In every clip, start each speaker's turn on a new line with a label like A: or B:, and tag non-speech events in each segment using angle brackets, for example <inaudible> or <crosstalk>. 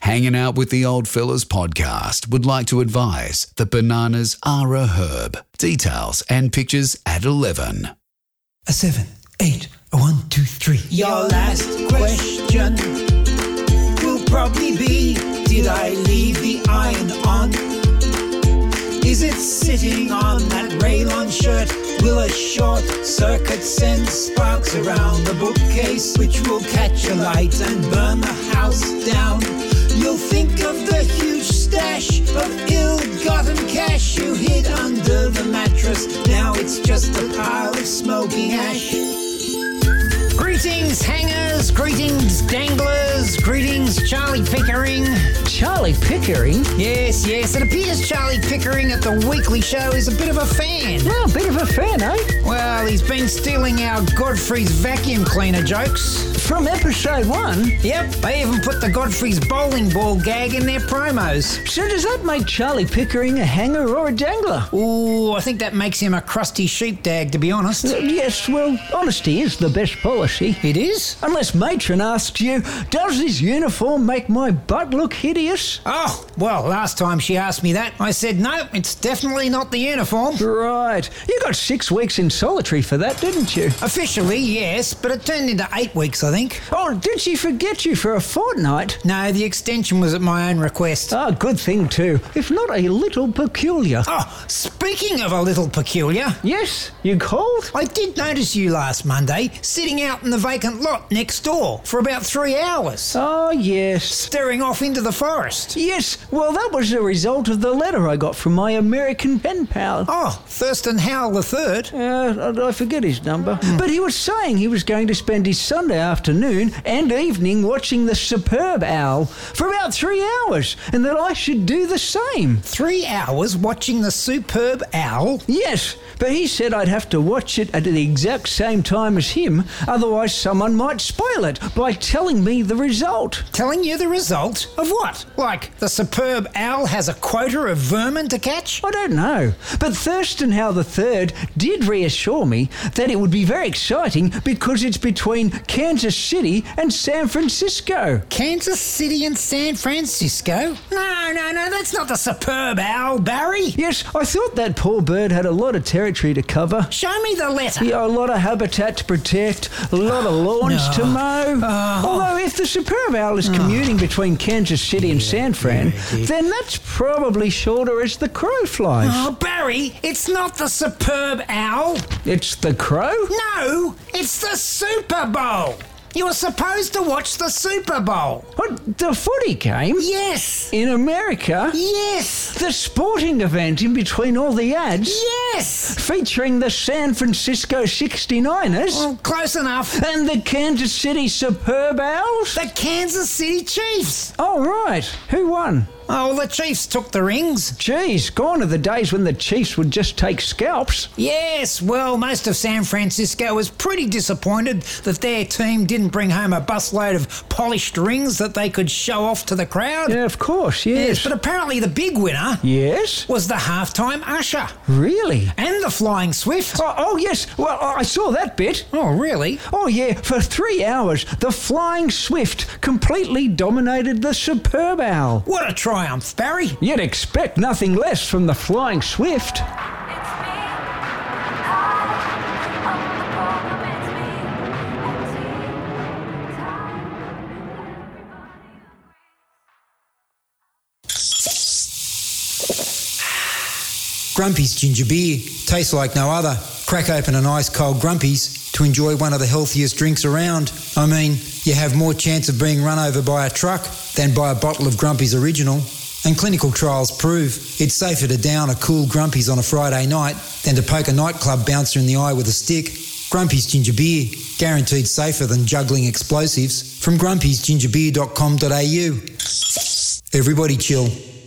A: Hanging Out with the Old Fellas podcast would like to advise that bananas are a herb. Details and pictures at 11.
B: A seven, eight, a one, two, three.
C: Your last question will probably be Did I leave the iron on? Is it sitting on that rayon shirt? Will a short circuit send sparks around the bookcase, which will catch a light and burn the house down? You'll think of the huge stash of ill gotten cash you hid under the mattress. Now it's just a pile of smoking ash.
D: Greetings, hangers. Greetings, danglers. Greetings, Charlie Pickering.
E: Charlie Pickering?
D: Yes, yes, it appears Charlie Pickering at the weekly show is a bit of a fan.
E: Oh, a bit of a fan, eh?
D: Well, he's been stealing our Godfrey's vacuum cleaner jokes.
E: From episode one?
D: Yep, they even put the Godfrey's bowling ball gag in their promos.
E: So does that make Charlie Pickering a hanger or a dangler?
D: Ooh, I think that makes him a crusty sheepdag, to be honest.
E: Yes, well, honesty is the best policy.
D: It is?
E: Unless Matron asks you, does this uniform make my butt look hideous?
D: Oh, well, last time she asked me that, I said no, it's definitely not the uniform.
E: Right. You got six weeks in solitary for that, didn't you?
D: Officially, yes, but it turned into eight weeks, I think.
E: Oh, did she forget you for a fortnight?
D: No, the extension was at my own request.
E: Ah, good thing too, if not a little peculiar.
D: Oh, speaking of a little peculiar,
E: Yes, you called?
D: I did notice you last Monday sitting out in the vacant lot next door for about three hours,
E: Oh, yes.
D: staring off into the forest.
E: Yes, well, that was the result of the letter I got from my American pen pal.
D: Oh, Thurston Howell III.
E: Uh, I- I forget his number. But he was saying he was going to spend his Sunday afternoon and evening watching The Superb Owl for about three hours, and that I should do the same.
D: Three hours watching the superb owl.
E: Yes, but he said I'd have to watch it at the exact same time as him, otherwise, someone might spoil it by telling me the result.
D: Telling you the result of what? Like, the superb owl has a quota of vermin to catch?
E: I don't know, but Thurston Howe III did reassure me that it would be very exciting because it's between Kansas City and San Francisco.
D: Kansas City and San Francisco? No, no, no, that's not the superb owl, Barry.
E: Yes, I thought that poor bird had a lot of territory to cover.
D: Show me the letter.
E: Yeah, a lot of habitat to protect, a lot of lawns to mow. Although, if the superb owl is commuting between Kansas City and San Fran, then that's probably shorter as the crow flies.
D: Oh, Barry, it's not the superb owl.
E: It's the crow?
D: No, it's the Super Bowl. You were supposed to watch the Super Bowl.
E: What? The footy game?
D: Yes,
E: In America?
D: yes,
E: The sporting event in between all the ads
D: yes.
E: featuring the San Francisco 69ers
D: Well, Oh, close enough.
E: and the Kansas City Superb Owls?
D: The Kansas City Chiefs.
E: Oh, right. Who won?
D: Oh, the Chiefs took the rings.
E: Geez, gone are the days when the Chiefs would just take scalps.
D: Yes, well, most of San Francisco was pretty disappointed that their team didn't bring home a busload of polished rings that they could show off to the crowd.
E: Yeah, of course, yes.
D: But apparently, the big winner
E: Yes?
D: was the halftime usher
E: Really?
D: and the flying swift.
E: Oh, oh, yes. Well, I I saw that bit.
D: Oh, really?
E: Oh, yeah, for three hours, the Flying Swift completely dominated the Superb Owl.
D: What a triumph, Barry.
E: You'd expect nothing less from the Flying Swift.
F: It's me. I own the problem. It's me. Empty time. Everybody agrees.
C: Grumpy's ginger beer tastes like no other. Crack open an ice cold Grumpy's to enjoy one of the healthiest drinks around. I mean, you have more chance of being run over by a truck than by a bottle of Grumpy's original. And clinical trials prove it's safer to down a cool Grumpy's on a Friday night than to poke a nightclub bouncer in the eye with a stick. Grumpy's ginger beer, guaranteed safer than juggling explosives from grumpy'sgingerbeer.com.au. Everybody chill.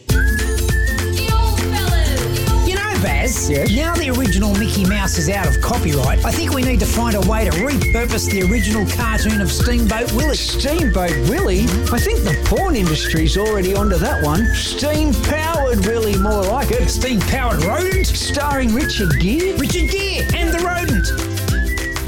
F: The old fellas.
D: You know, Baz, now the original Mickey Mouse is out of copyright, I think we need to find a way to repurpose the original cartoon of Steamboat Willie.
E: Steamboat Willie? I think the porn industry's already onto that one. Steam Powered Willie, more like it.
D: Steam powered rodent,
E: Starring Richard Gere?
D: Richard Gere, and the rodent.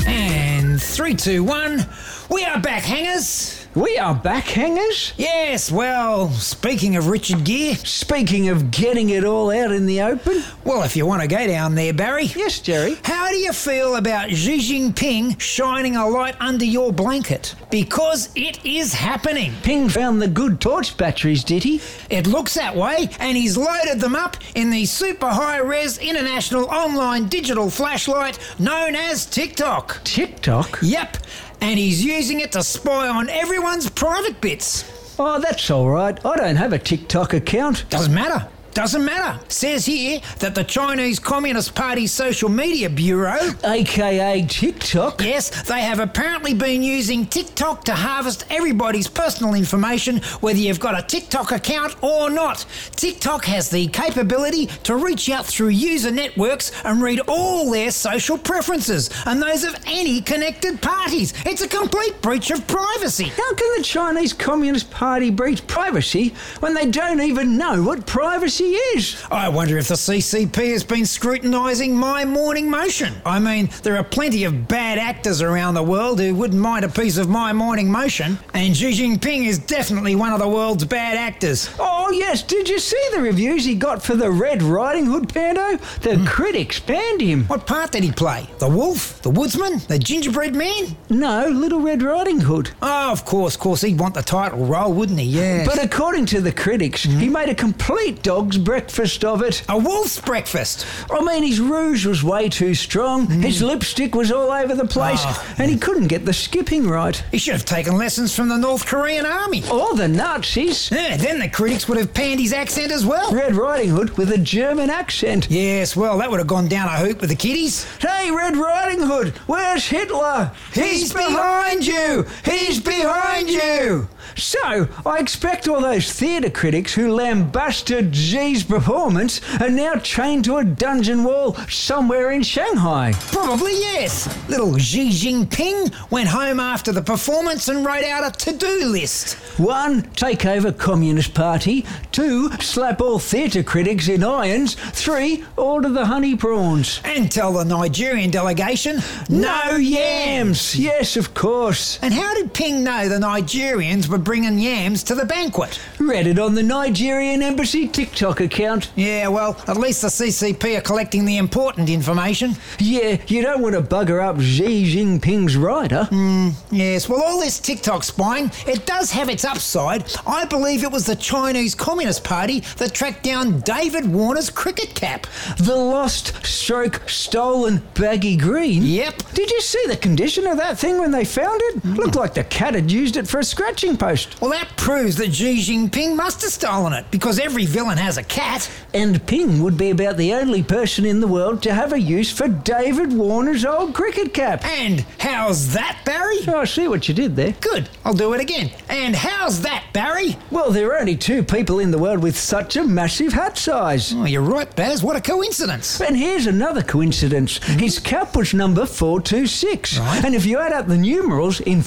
D: And three, two, one, we are back, hangers.
E: We are back, hangers.
D: Yes, well, speaking of Richard Gere,
E: Speaking of getting it all out in the open,
D: well, if you want to go down there, Barry.
E: yes, Jerry.
D: How do you feel about Xi Jinping shining a light under your blanket? Because it is happening.
E: Ping found the good torch batteries, did he?
D: It looks that way, and he's loaded them up in the super high res international online digital flashlight known as TikTok.
E: TikTok.
D: Yep, and he's using it to spy on everyone's private bits.
E: Oh, that's all right. I don't have a TikTok account.
D: Doesn't matter. Doesn't matter. Says here that the Chinese Communist Party Social Media Bureau
E: AKA TikTok.
D: Yes, they have apparently been using TikTok to harvest everybody's personal information, whether you've got a TikTok account or not. TikTok has the capability to reach out through user networks and read all their social preferences and those of any connected parties. It's a complete breach of privacy.
E: How can the Chinese Communist Party breach privacy when they don't even know what privacy is?
D: I wonder if the CCP has been scrutinising my morning motion. I mean, there are plenty of bad actors around the world who wouldn't mind a piece of my morning motion, and Xi Jinping is definitely one of the world's bad actors.
E: Oh, yes, did you see the reviews he got for the Red Riding Hood Pando? The
D: Hmm.
E: critics banned him.
D: What part did he play? The wolf? The woodsman? The gingerbread man?
E: No, Little Red Riding Hood.
D: Oh, of course, of course, he'd want the title role, wouldn't he? Yeah.
E: But according to the critics, he
D: Hmm.
E: made a complete dog's breakfast of it.
D: a wolf's breakfast.
E: I mean, his rouge was way too strong, his lipstick was all over the place,
D: Hmm. Ah.
E: and he couldn't get the skipping right.
D: He should have taken lessons from the North Korean army.
E: Or the Nazis.
D: Yeah, then the critics would have panned his accent as well.
E: Red Riding Hood with a German accent.
D: Yes, well, that would have gone down a hoop with the kiddies.
E: Hey, Red Riding Hood, where's Hitler?
D: He's behind
E: you! He's
D: behind you!
E: So, I expect all those theatre critics who lambasted G's performance are now chained to a dungeon wall somewhere in Shanghai.
D: Probably yes. Little Xi Jinping went home after the performance and wrote out a to-do list.
E: One, take over Communist Party. Two, slap all theatre critics in irons. Three, order the honey prawns.
D: And tell the Nigerian delegation, no yams.
E: Yes, of course.
D: And how did Ping know the Nigerians were bringing yams to the banquet?
E: Read it on the Nigerian Embassy TikTok account.
D: Yeah, well, at least the CCP are collecting the important information.
E: Yeah, you don't want to bugger up Xi Jinping's rider.
D: Yes, well, all this TikTok spying, it does have its upside. I believe it was the Chinese Communist Party that tracked down David Warner's cricket cap.
E: The lost, stroke, stolen baggy green.
D: Yep.
E: Did you see the condition of that thing when they found it? Looked like the cat had used it for a scratching post.
D: Well, that proves that Xi Jinping must have stolen it, because every villain has a cat.
E: And Ping would be about the only person in the world to have a use for David Warner's old cricket cap.
D: And how's that, Barry?
E: Oh, I see what you did there.
D: Good, I'll do it again. And how's that, Barry?
E: Well, there are only two people in the world with such a massive hat size.
D: Oh, you're right, Baz, what a coincidence.
E: And here's another coincidence. His cap was number 426. And if you add up the numerals in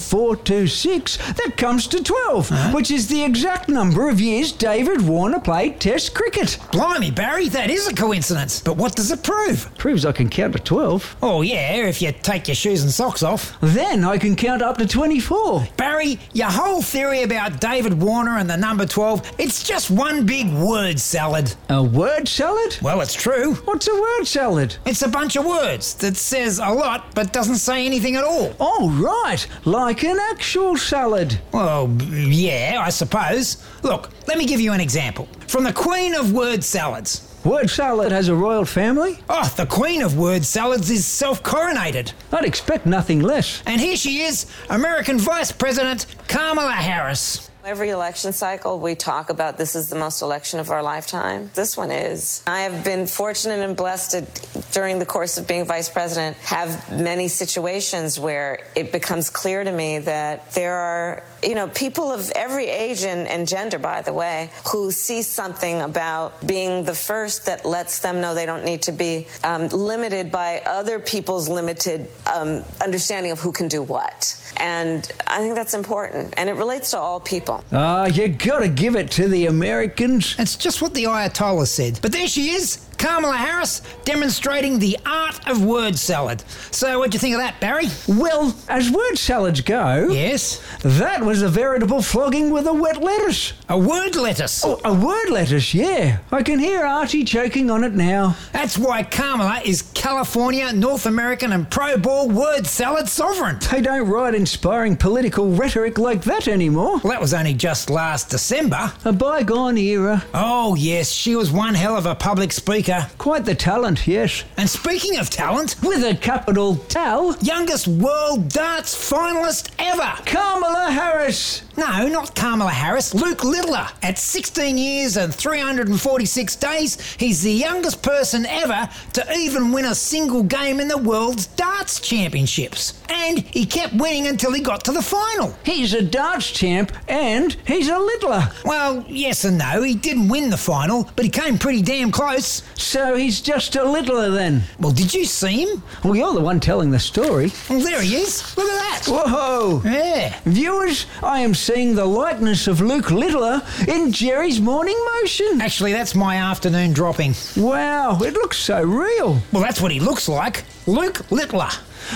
E: 426, that comes to 12, which is the exact number of years David Warner played Test cricket.
D: Blimey, Barry, that is a coincidence. But what does it prove?
E: Proves I can count to 12.
D: Oh, yeah, if you take your shoes and socks off.
E: Then I can count up to 24.
D: Barry, your whole theory about David Warner and the number 12, it's just one big word salad.
E: A word salad?
D: Well, it's true.
E: What's a word salad?
D: It's a bunch of words that says a lot but doesn't say anything at all.
E: Oh, right, like an actual salad.
D: Well, b- yeah, I suppose. Look, let me give you an example. From the queen of word salads.
E: Word salad has a royal family?
D: Oh, the queen of word salads is self coronated.
E: I'd expect nothing less.
D: And here she is, American Vice President Kamala Harris.
G: Every election cycle, we talk about this is the most election of our lifetime. This one is. I have been fortunate and blessed to, during the course of being vice president, have many situations where it becomes clear to me that there are, you know, people of every age and, and gender, by the way, who see something about being the first that lets them know they don't need to be um, limited by other people's limited um, understanding of who can do what. And I think that's important. And it relates to all people.
E: Ah, you gotta give it to the Americans.
D: It's just what the Ayatollah said. But there she is, Kamala Harris demonstrating the art of word salad. So, what do you think of that, Barry?
E: Well, as word salads go,
D: Yes.
E: that was a veritable flogging with a wet lettuce.
D: A word lettuce.
E: Oh, a word lettuce, yeah. I can hear Archie choking on it now.
D: That's why Kamala is California, North American, and pro ball word salad sovereign.
E: They don't write inspiring political rhetoric like that anymore.
D: Well, that was only just last December.
E: A bygone era.
D: Oh, yes, she was one hell of a public speaker.
E: Quite the talent, yes.
D: And speaking of talent,
E: With a capital towel,
D: youngest world darts finalist ever.
E: Kamala Harris.
D: No, not Kamala Harris, Luke Littler. At 16 years and 346 days, he's the youngest person ever to even win a single game in the world's darts championships. And he kept winning until he got to the final.
E: He's a darts champ and he's a littler.
D: Well, yes and no, he didn't win the final, but he came pretty damn close.
E: So he's just a littler then.
D: Well, did you see him?
E: Well, you're the one telling the story.
D: Well, Oh, there he is. Look at that.
E: Whoa!
D: Yeah.
E: Viewers, I am seeing the likeness of Luke Littler in Jerry's morning motion.
D: Actually, that's my afternoon dropping.
E: Wow, it looks so real.
D: Well, that's what he looks like. Luke Littler.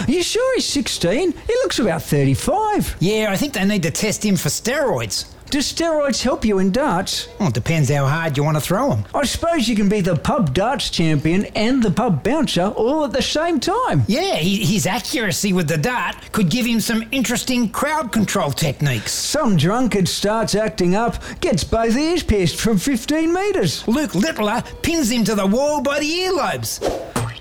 E: You sure he's 16? He looks about 35.
D: Yeah, I think they need to test him for steroids.
E: Do steroids help you in darts?
D: Well, it depends how hard you want to throw him.
E: I suppose you can be the pub darts champion and the pub bouncer all at the same time.
D: Yeah, he, his accuracy with the dart could give him some interesting crowd control techniques.
E: Some drunkard starts acting up, gets both ears pierced from 15 metres.
D: Luke Littler pins him to the wall by the earlobes.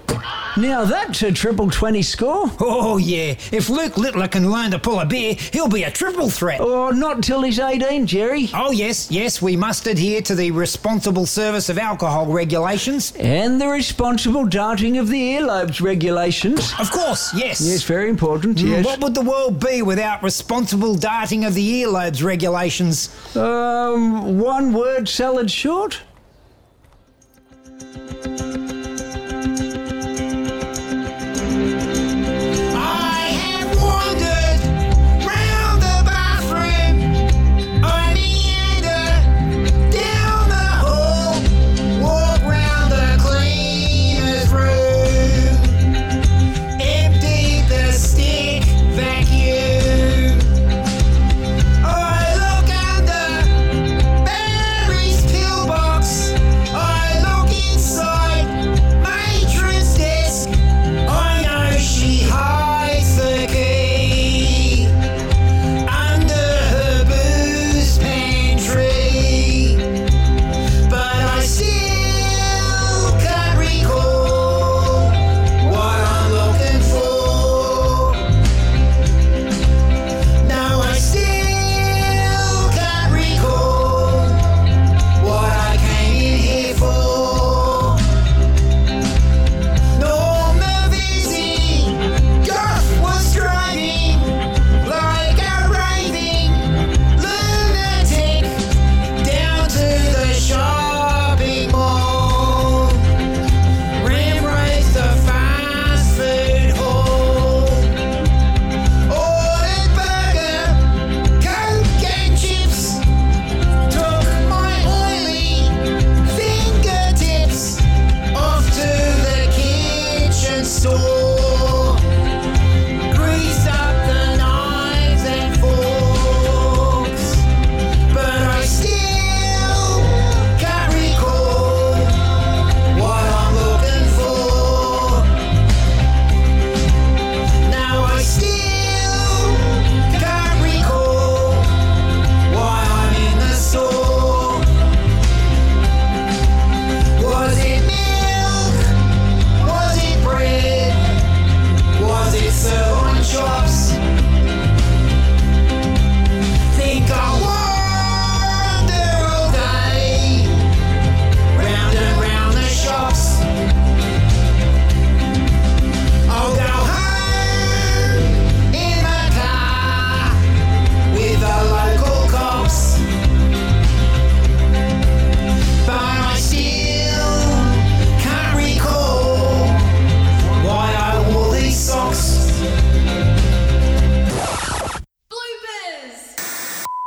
E: Now that's a triple 20 score.
D: Oh, yeah, if Luke Littler can learn to pull a beer, he'll be a triple threat.
E: Or not till he's 18, Jerry.
D: Oh, yes, yes, we must adhere to the responsible service of alcohol regulations.
E: And the responsible darting of the earlobes regulations.
D: Of course, yes.
E: Yes, very important,
D: Mm,
E: yes.
D: What would the world be without responsible darting of the earlobes regulations?
E: Um, one word salad short?
C: I have wandered round the bathroom, I meander down the hall, walk round the cleaner's room, empty the stick vacuum. I look under Barry's pillbox,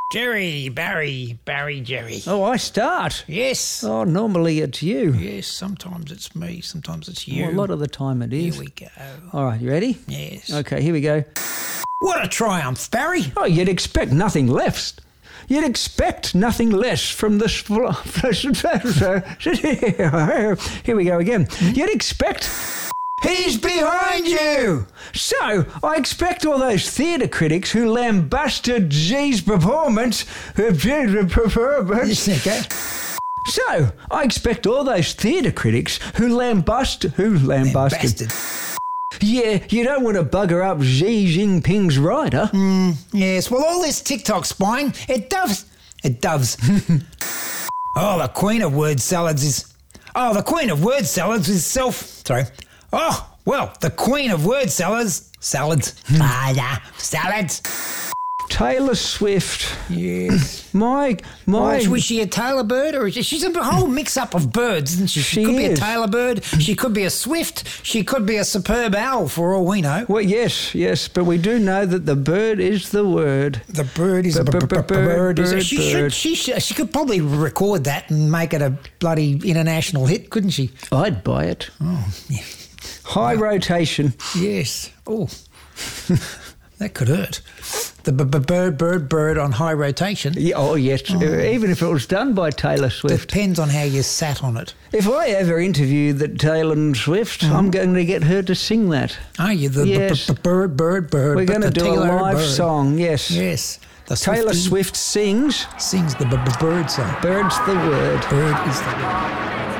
D: Barry, Barry Jerry.
E: Oh, I start.
D: Yes.
E: Oh, normally it's you.
D: Yes, sometimes it's me, sometimes it's you.
E: Well, a lot of the time it
D: Here
E: is.
D: we go.
E: All right, you ready?
D: Yes.
E: Okay, here we go.
D: What a triumph, Barry.
E: Oh, you'd expect nothing less. You'd expect nothing less from this. <laughs> Here we go again. You'd expect. He's behind you! So, I expect all those theatre critics who lambasted G's performance. Her performance.
D: Okay.
E: So, I expect all those theatre critics who lambast. who lambasted.
D: Bastard.
E: Yeah, you don't want to bugger up Xi Jinping's rider.
D: Yes, well, all this TikTok spying, it doves. It doves. oh, the queen of word salads is. Oh, the queen of word salads is self. Sorry. Oh, well, the queen of word salads. Salads. ah, yeah, salads.
E: Taylor Swift.
D: Yes.
E: <clears throat> My my
D: Was, was she a Taylor bird or is she, she's a whole mix up of birds, isn't she?
E: She
D: could be a
E: is.
D: Taylor bird. She could be a swift. She could be a superb owl, for all we know.
E: well, yes, yes, but we do know that the bird is the word.
D: The bird is a
E: B- b- b-
D: bird. is a-
E: bird,
D: She
E: bird.
D: should. She should. She could probably record that and make it a bloody international hit, couldn't she?
E: I'd buy it. High rotation.
D: Yes.
E: <laughs>
D: Oh, that could hurt. The b- b- bird, bird, bird on high rotation.
E: Yeah, oh yes, even if it was done by Taylor Swift.
D: Depends on how you sat on it.
E: if Mm-hmm. I ever interview that Taylor Swift, I'm going to get her to sing that.
D: Are you the b- b-
E: Yes.
D: b- bird, bird, bird?
E: We're
D: but
E: going to
D: the
E: do a
D: Taylor
E: live
D: bird.
E: song. Yes.
D: Yes. The
E: Taylor
D: Swiftie
E: Swift sings.
D: sings the b- b- bird song.
E: Bird's the word.
D: Bird is the.